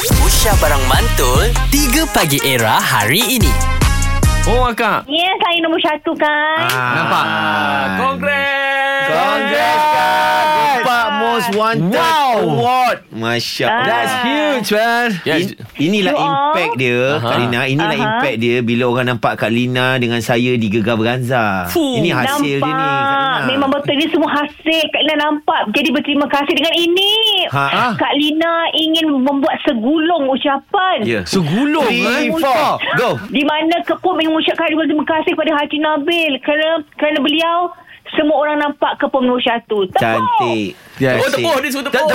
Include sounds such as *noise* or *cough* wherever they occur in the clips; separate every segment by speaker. Speaker 1: Aisyah Barang Mantul 3 Pagi Era hari ini
Speaker 2: Oh akak
Speaker 3: Ya, yeah, saya nombor satu kan.
Speaker 2: ah. Nampak Congrats
Speaker 4: Congrats guys Gopak Most Wanted
Speaker 2: Wow.
Speaker 4: Award Masya Allah
Speaker 3: That's
Speaker 2: Huge man yes.
Speaker 4: In, inilah
Speaker 3: You all.
Speaker 4: impact dia
Speaker 2: Aha.
Speaker 4: Kak Lina Inilah
Speaker 3: Aha.
Speaker 4: impact dia Bila orang nampak Kak Lina Dengan saya di Gegar Berganza
Speaker 2: Fuh,
Speaker 4: Ini hasil dia ni Kak Lina
Speaker 3: Memang betul Ini semua hasil Kak Lina nampak Jadi berterima kasih dengan ini
Speaker 4: Ha, ha.
Speaker 3: Kak Lina ingin membuat segulung ucapan
Speaker 4: Ya.
Speaker 2: Segulung eh.
Speaker 4: Three, four Go
Speaker 3: Di mana Kepom ingin mengucapkan terima kasih kepada Haji Nabil Kerana, kerana beliau Semua orang nampak Kepom nombor satu Tepuk!
Speaker 4: Cantik
Speaker 2: Oh tepuh Dia suruh tepuh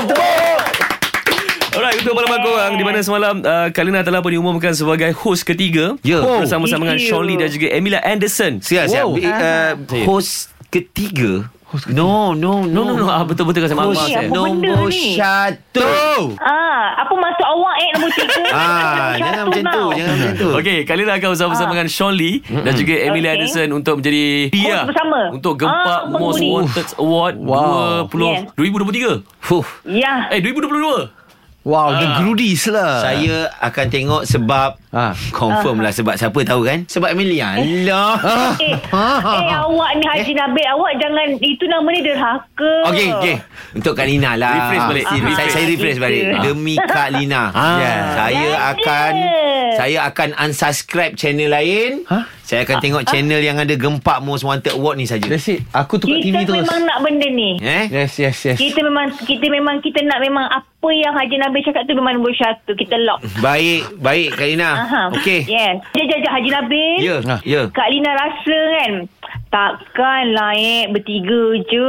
Speaker 2: Alright untuk malam aku orang Di mana semalam uh, Kalina telah pun diumumkan Sebagai host ketiga
Speaker 4: Ya.
Speaker 2: oh.
Speaker 4: Oh.
Speaker 2: Bersama-sama dengan
Speaker 3: Thank you.
Speaker 2: Shirley Dan juga Emila Anderson
Speaker 4: Siap, siap.
Speaker 2: Wow.
Speaker 4: Uh, host ketiga No, no,
Speaker 2: No no
Speaker 4: no
Speaker 2: no ah, Betul-betul kasi mak
Speaker 4: Host
Speaker 2: mak
Speaker 3: Apa benda
Speaker 4: nombor
Speaker 3: ni?
Speaker 4: satu
Speaker 3: Ah, apa maksud awak eh nombor
Speaker 4: *laughs*
Speaker 3: tiga?
Speaker 4: Ah,
Speaker 3: Nombor satu
Speaker 4: jangan
Speaker 3: Ya,
Speaker 4: macam tu,
Speaker 3: now.
Speaker 4: jangan macam tu.
Speaker 2: Okey, kali akan bersama-sama
Speaker 3: Ah.
Speaker 2: dengan Shirley dan juga Emily
Speaker 3: Okey.
Speaker 2: Anderson untuk menjadi dia
Speaker 3: bersama.
Speaker 2: untuk Gempak
Speaker 3: Ah,
Speaker 2: Most
Speaker 3: penghuni.
Speaker 2: Wanted Award
Speaker 5: Wow.
Speaker 2: 20 2023.
Speaker 4: Fuh.
Speaker 3: Ya.
Speaker 2: Eh 2022.
Speaker 5: Wow, Ah, dia
Speaker 4: Ah.
Speaker 5: gerudis lah.
Speaker 4: Saya akan tengok sebab
Speaker 5: Ah.
Speaker 4: Confirm lah sebab siapa tahu kan Sebab Amelia Allah
Speaker 3: Eh,
Speaker 4: Ha,
Speaker 3: eh awak ni Haji Nabil Awak jangan Itu nama ni derhaka
Speaker 4: Okey, okey. Untuk Kak Lina lah.
Speaker 2: Rephrase balik.
Speaker 4: Saya,
Speaker 2: Rephrase.
Speaker 4: saya refresh balik.
Speaker 3: Ah.
Speaker 4: Demi Kak Lina. Ya.
Speaker 5: Yeah.
Speaker 4: Saya
Speaker 3: Yes,
Speaker 4: akan
Speaker 3: yes.
Speaker 4: saya akan unsubscribe channel lain.
Speaker 5: Ha?
Speaker 4: Saya akan tengok channel yang ada Gempak Most Wanted Award ni saja.
Speaker 5: Ah. That's it. Aku tukar
Speaker 3: Kita
Speaker 5: TV
Speaker 4: lah.
Speaker 5: terus.
Speaker 3: memang nak benda ni
Speaker 4: Eh?
Speaker 5: Yes, yes, yes.
Speaker 3: Kita memang Kita memang Kita nak memang Apa yang Haji Nabil cakap tu Memang nombor satu Kita lock
Speaker 4: Baik, baik Kak Lina.
Speaker 3: Aha.
Speaker 4: Hmm.
Speaker 3: Ya.
Speaker 4: Ah, Okey.
Speaker 3: Yes Jajah Haji Nabil
Speaker 4: Ya,
Speaker 5: Ah.
Speaker 4: ya.
Speaker 3: Kak Lina rasa kan Takkanlah eh Bertiga je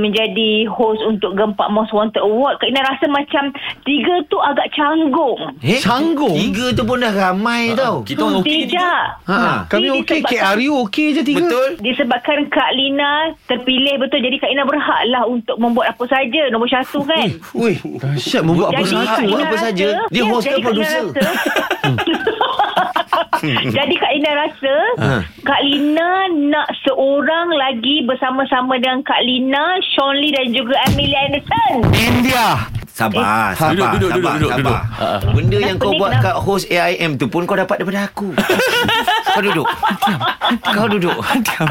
Speaker 3: Menjadi host Untuk Gempak Most Wanted Award Kak Lina rasa macam Tiga tu agak canggung
Speaker 4: Eh,
Speaker 5: Canggung.
Speaker 4: Tiga tu pun dah
Speaker 5: Ah,
Speaker 4: ramai tau.
Speaker 2: Kita orang okey ni.
Speaker 3: Tidak
Speaker 4: Ha.
Speaker 5: Kami
Speaker 3: Ini
Speaker 5: okey,
Speaker 3: disebabkan-
Speaker 5: KRU okey je tiga.
Speaker 4: Betul?
Speaker 3: Disebabkan Kak Lina terpilih betul Jadi Kak Lina berhaklah untuk membuat apa saja Nombor satu kan
Speaker 5: Wih, dahsyat membuat apa
Speaker 3: Jadi Kak
Speaker 5: sahaja.
Speaker 3: Lina
Speaker 4: apa
Speaker 3: rasa-
Speaker 4: saja. Dia
Speaker 3: Ya,
Speaker 4: host ke
Speaker 3: jadi Kak Lina
Speaker 4: producer? Hmm.
Speaker 3: rasa- *laughs* Jadi Kak Lina rasa
Speaker 4: Ha.
Speaker 3: Kak Lina nak seorang lagi Bersama-sama dengan Kak Lina Sean Lee dan juga Amelia Anderson
Speaker 5: India.
Speaker 4: Sabar, sabar,
Speaker 2: Duduk, duduk,
Speaker 4: sabar,
Speaker 2: duduk, duduk,
Speaker 4: sabar.
Speaker 2: duduk. Ah, ah.
Speaker 4: Benda yang
Speaker 3: Kenapa
Speaker 4: kau
Speaker 3: ni?
Speaker 4: buat
Speaker 3: Kenapa?
Speaker 4: kat host AIM tu pun kau dapat daripada
Speaker 3: *laughs*
Speaker 4: aku. kau duduk. Kau duduk.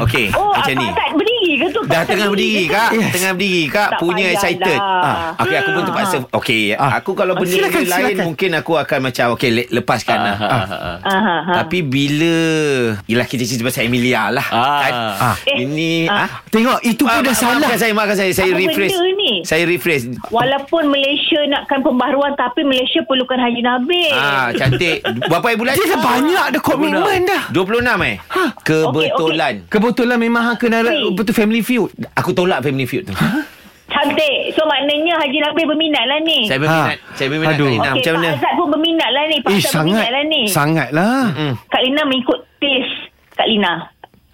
Speaker 4: Okey,
Speaker 3: Oh
Speaker 4: macam
Speaker 3: apa
Speaker 4: ni.
Speaker 3: tak berdiri ke tu
Speaker 4: Dah tengah berdiri kak
Speaker 5: Yes.
Speaker 4: Tengah berdiri kak
Speaker 3: Tak
Speaker 4: Punya
Speaker 3: payahlah. Hmm.
Speaker 4: excited ah. Okey aku pun terpaksa Okey
Speaker 5: Ah.
Speaker 4: Aku kalau benda
Speaker 5: Silakan,
Speaker 4: benda lain
Speaker 5: silakan.
Speaker 4: Mungkin aku akan macam Okey le- lepaskan lah
Speaker 2: Ah, ah, ah.
Speaker 3: ha, ha, ha.
Speaker 4: Tapi bila Yelah kita cerita pasal Emilia lah
Speaker 2: Ah.
Speaker 4: kan?
Speaker 5: Ah.
Speaker 4: Ini ah.
Speaker 5: *laughs* Tengok, itu pun
Speaker 4: Ah,
Speaker 5: dah
Speaker 4: maaf-
Speaker 5: salah.
Speaker 4: Maafkan saya Maafkan saya Saya
Speaker 3: Eh, Apa
Speaker 4: rephrase
Speaker 3: benda ni?
Speaker 4: Saya rephrase
Speaker 3: Walaupun Malaysia nakkan pembaharuan Tapi Malaysia perlukan Haji Nabil
Speaker 4: Ah, cantik. Berapa hari bulan?
Speaker 5: Dia dah banyak dah komitmen dah. Ha.
Speaker 4: 26 eh? Kebetulan.
Speaker 5: Kebetulan memang hang kena
Speaker 3: Hey.
Speaker 5: betul family feud.
Speaker 4: Aku tolak family feud tu.
Speaker 3: Ha. Cantik So maknanya Haji Nabil berminat lah ni
Speaker 4: Saya berminat.
Speaker 5: Ha.
Speaker 4: Saya berminat.
Speaker 5: Aduh.
Speaker 4: Aduh. Lina,
Speaker 3: Okey,
Speaker 4: macam mana?
Speaker 3: Pak Azad pun berminat lah ni Pak
Speaker 5: Eh,
Speaker 3: Azad berminat
Speaker 5: sangat.
Speaker 3: lah ni
Speaker 5: Sangatlah. Mm.
Speaker 3: Kak Lina mengikut taste Kak Lina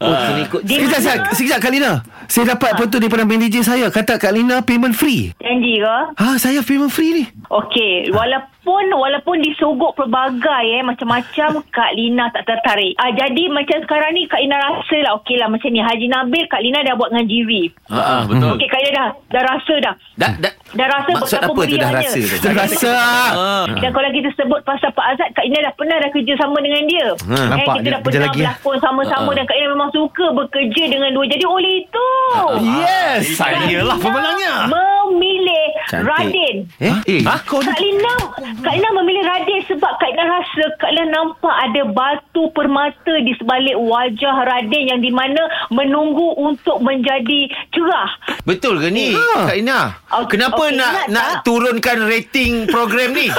Speaker 4: Oh, kena ikut.
Speaker 3: Dia
Speaker 5: Sekejap, Eh, sekejap, sekejap Kak Lina. Saya
Speaker 4: Ah.
Speaker 5: dapat petua daripada manager saya. Kata Kak Lina payment free.
Speaker 3: janji ke?
Speaker 5: Ha, saya payment free ni.
Speaker 3: Okey, walaupun walaupun disogok pelbagai eh macam-macam Kak Lina tak tertarik. Ah jadi macam sekarang ni Kak Lina rasa lah okey lah macam ni Haji Nabil Kak Lina dah buat dengan Jiri.
Speaker 2: Ah, ah, betul.
Speaker 3: Okey Kak Lina dah dah rasa dah.
Speaker 4: Dah, dah.
Speaker 3: Dah rasa
Speaker 4: Maksud
Speaker 3: betapa
Speaker 4: apa tu dah
Speaker 3: meriahnya.
Speaker 4: rasa tu?
Speaker 5: Dah rasa.
Speaker 2: Ah.
Speaker 3: Dan kalau kita sebut pasal Pak Azad Kak Ina dah pernah dah kerja sama dengan dia
Speaker 4: Ha,
Speaker 3: Eh,
Speaker 5: nampak
Speaker 3: Kita
Speaker 5: dia
Speaker 3: dah
Speaker 5: kerja
Speaker 3: pernah
Speaker 5: lagi.
Speaker 3: berlakon sama-sama
Speaker 4: Ah,
Speaker 3: Dan Kak Ina memang suka bekerja dengan dua Jadi oleh itu
Speaker 4: Ah,
Speaker 5: Yes,
Speaker 2: Ah,
Speaker 5: saya lah pemenangnya.
Speaker 3: Memilih
Speaker 4: Cantik.
Speaker 3: Radin
Speaker 4: Eh? Eh. Ha?
Speaker 2: Oh,
Speaker 4: Kau
Speaker 3: Kak Lina Kak Lina memilih Radin Sebab Kak Lina rasa Kak Lina nampak ada batu permata Di sebalik wajah Radin Yang di mana menunggu untuk menjadi cerah
Speaker 2: *laughs*
Speaker 4: Betul ke ni?
Speaker 5: Ha.
Speaker 4: Kak Ina.
Speaker 3: Okey,
Speaker 4: Kenapa
Speaker 3: okey,
Speaker 4: nak
Speaker 3: ingat
Speaker 4: nak
Speaker 3: tak?
Speaker 4: turunkan rating program ni?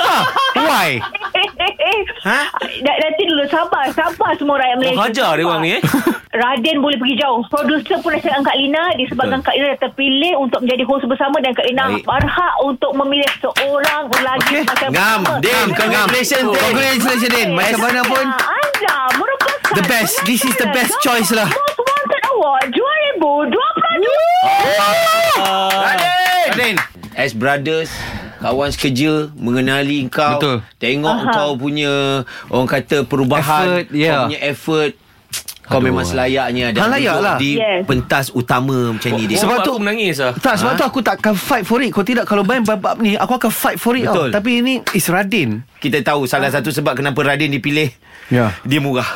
Speaker 4: Why? Ha?
Speaker 3: Da- Nanti dulu sabar Sabar semua rakyat Malaysia
Speaker 2: Oh, hajar dia
Speaker 3: Sabar.
Speaker 2: orang ni, eh.
Speaker 3: *laughs* Radin boleh pergi jauh Produser pun nasihat dengan Kak Lina Disebabkan Kak Lina dah terpilih Untuk menjadi host bersama Dan Kak Lina
Speaker 4: Baik.
Speaker 3: berhak Untuk memilih seorang lagi
Speaker 5: Okey.
Speaker 3: sebagai
Speaker 4: Ngam,
Speaker 3: bersama.
Speaker 4: Din. Congratulations, eh? Din.
Speaker 5: Congratulations, eh? Din. Macam mana pun.
Speaker 3: Anda merupakan
Speaker 5: The best. This is the best
Speaker 3: penantang
Speaker 5: choice lah.
Speaker 3: Most Wanted Award 2022
Speaker 4: Radin. As brothers, kawan sekerja mengenali kau.
Speaker 5: Betul.
Speaker 4: Tengok Aha. kau punya orang kata perubahan,
Speaker 5: Effort, ya.
Speaker 4: kau punya effort. Kau
Speaker 2: Aduh.
Speaker 4: memang selayaknya
Speaker 5: Ha,
Speaker 4: Dan
Speaker 5: layak
Speaker 4: duduk
Speaker 5: lah.
Speaker 4: Di
Speaker 3: Yes.
Speaker 4: pentas utama macam ni dia
Speaker 2: Sebab
Speaker 5: Sebab
Speaker 2: tu
Speaker 5: tu-
Speaker 2: aku menangis lah
Speaker 5: Tak sebab ha? tu aku takkan fight for it Kalau tidak kalau main bab-bab ni Aku akan fight for it
Speaker 4: Betul.
Speaker 5: tau. Tapi ini is Radin
Speaker 4: Kita tahu salah satu sebab Kenapa Radin dipilih
Speaker 5: Ya
Speaker 4: Dia
Speaker 3: *laughs*
Speaker 4: murah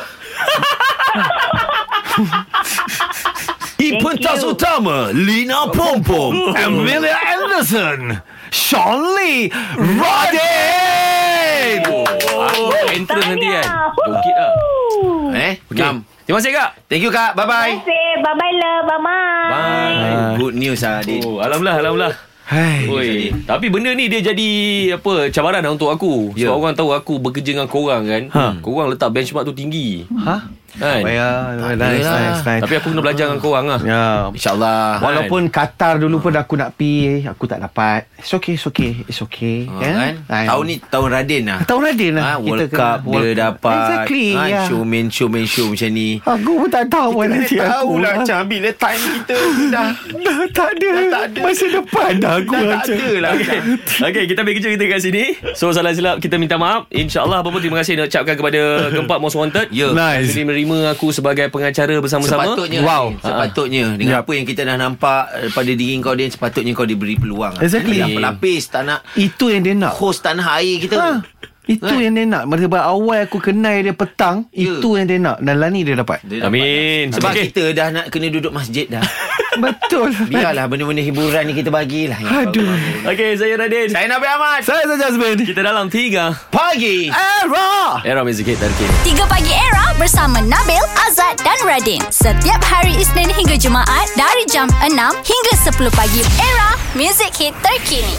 Speaker 4: Di
Speaker 3: Thank
Speaker 4: pentas
Speaker 3: you.
Speaker 4: utama Lina Pompom
Speaker 3: *laughs*
Speaker 5: Amelia Anderson Sean Lee Radin
Speaker 3: Oh,
Speaker 2: Aku Ah, entrance nanti kan Bukit lah
Speaker 3: Tahniah.
Speaker 4: Eh
Speaker 2: okay.
Speaker 4: Ngam.
Speaker 2: Terima kasih kak
Speaker 4: Thank you kak
Speaker 3: Terima
Speaker 4: Bye-bye
Speaker 3: kasih. Bye-bye love. Bye-bye.
Speaker 2: Bye
Speaker 4: Good news lah Radin
Speaker 2: oh, Alhamdulillah Alhamdulillah
Speaker 5: Hai
Speaker 2: Oi, tapi benda ni dia jadi apa cabaran lah untuk aku. Sebab
Speaker 4: Ya.
Speaker 2: orang tahu aku bekerja dengan korang kan. Ha. Korang letak benchmark tu tinggi.
Speaker 5: Ha?
Speaker 2: Kan?
Speaker 5: Bayar Nice
Speaker 4: yelah.
Speaker 5: nice nice
Speaker 2: Tapi aku kena belajar dengan korang lah.
Speaker 5: Ya
Speaker 4: InsyaAllah
Speaker 5: Walaupun Qatar dulu pun aku nak pergi Aku tak dapat It's okay, it's okay It's okay
Speaker 4: Ha, kan?
Speaker 5: Kan?
Speaker 4: Tahun ni tahun Radin lah
Speaker 5: Tahun Radin lah
Speaker 4: ha,
Speaker 5: kita
Speaker 4: World
Speaker 5: kena.
Speaker 4: Cup dia
Speaker 5: World-
Speaker 4: dapat
Speaker 5: Exactly
Speaker 4: ha,
Speaker 5: ya.
Speaker 4: Show main show main show macam ni
Speaker 5: Aku pun tak tahu mana nanti aku
Speaker 4: lah,
Speaker 5: lah.
Speaker 4: macam bila time kita *laughs* dah
Speaker 5: Dah tak ada
Speaker 4: Dah tak ada.
Speaker 5: Masa depan dah aku
Speaker 4: Dah tak
Speaker 5: macam
Speaker 4: ada lah
Speaker 2: Okay. *laughs* okay, kita ambil kerja kita kat sini. So, salah silap kita minta maaf. InsyaAllah, apa pun terima kasih nak ucapkan
Speaker 4: *laughs*
Speaker 2: kepada Gempak Most Wanted.
Speaker 4: Ya.
Speaker 5: Nice.
Speaker 2: Jadi menerima aku sebagai pengacara bersama-sama.
Speaker 4: Sepatutnya
Speaker 5: Wow. Ah,
Speaker 4: Radin, Sepatutnya Dengan
Speaker 5: Yap.
Speaker 4: apa yang kita dah nampak eh, Pada diri kau Din Sepatutnya kau diberi peluang
Speaker 5: Exactly.
Speaker 4: Tak pelapis Tak nak
Speaker 5: Itu yang dia nak
Speaker 4: Host tanah air kita
Speaker 5: ha, Itu
Speaker 4: Right.
Speaker 5: yang dia nak Sebab awal aku kenal dia petang
Speaker 4: Ya.
Speaker 5: Itu yang dia nak Dan Lani dia dapat
Speaker 4: Dia dapat
Speaker 2: Amin.
Speaker 4: dah. Sebab
Speaker 2: Okey.
Speaker 4: okay. kita dah nak Kena duduk masjid
Speaker 5: *laughs*
Speaker 4: dah
Speaker 5: Betul
Speaker 4: Biarlah benda-benda hiburan ni Kita bagilah yang
Speaker 5: Aduh.
Speaker 4: bagus-bagus.
Speaker 2: Okay, saya Radin.
Speaker 4: Saya Nabi Ahmad
Speaker 5: Saya saja Jasmine
Speaker 2: Kita dalam tiga.
Speaker 4: Pagi
Speaker 5: Era
Speaker 2: Era Music Hit Terkini.
Speaker 6: 3 Pagi Era bersama Nabil, Azad dan Radin. Setiap hari Isnin hingga Jumaat dari jam 6 hingga 10 pagi. Era, music hit terkini.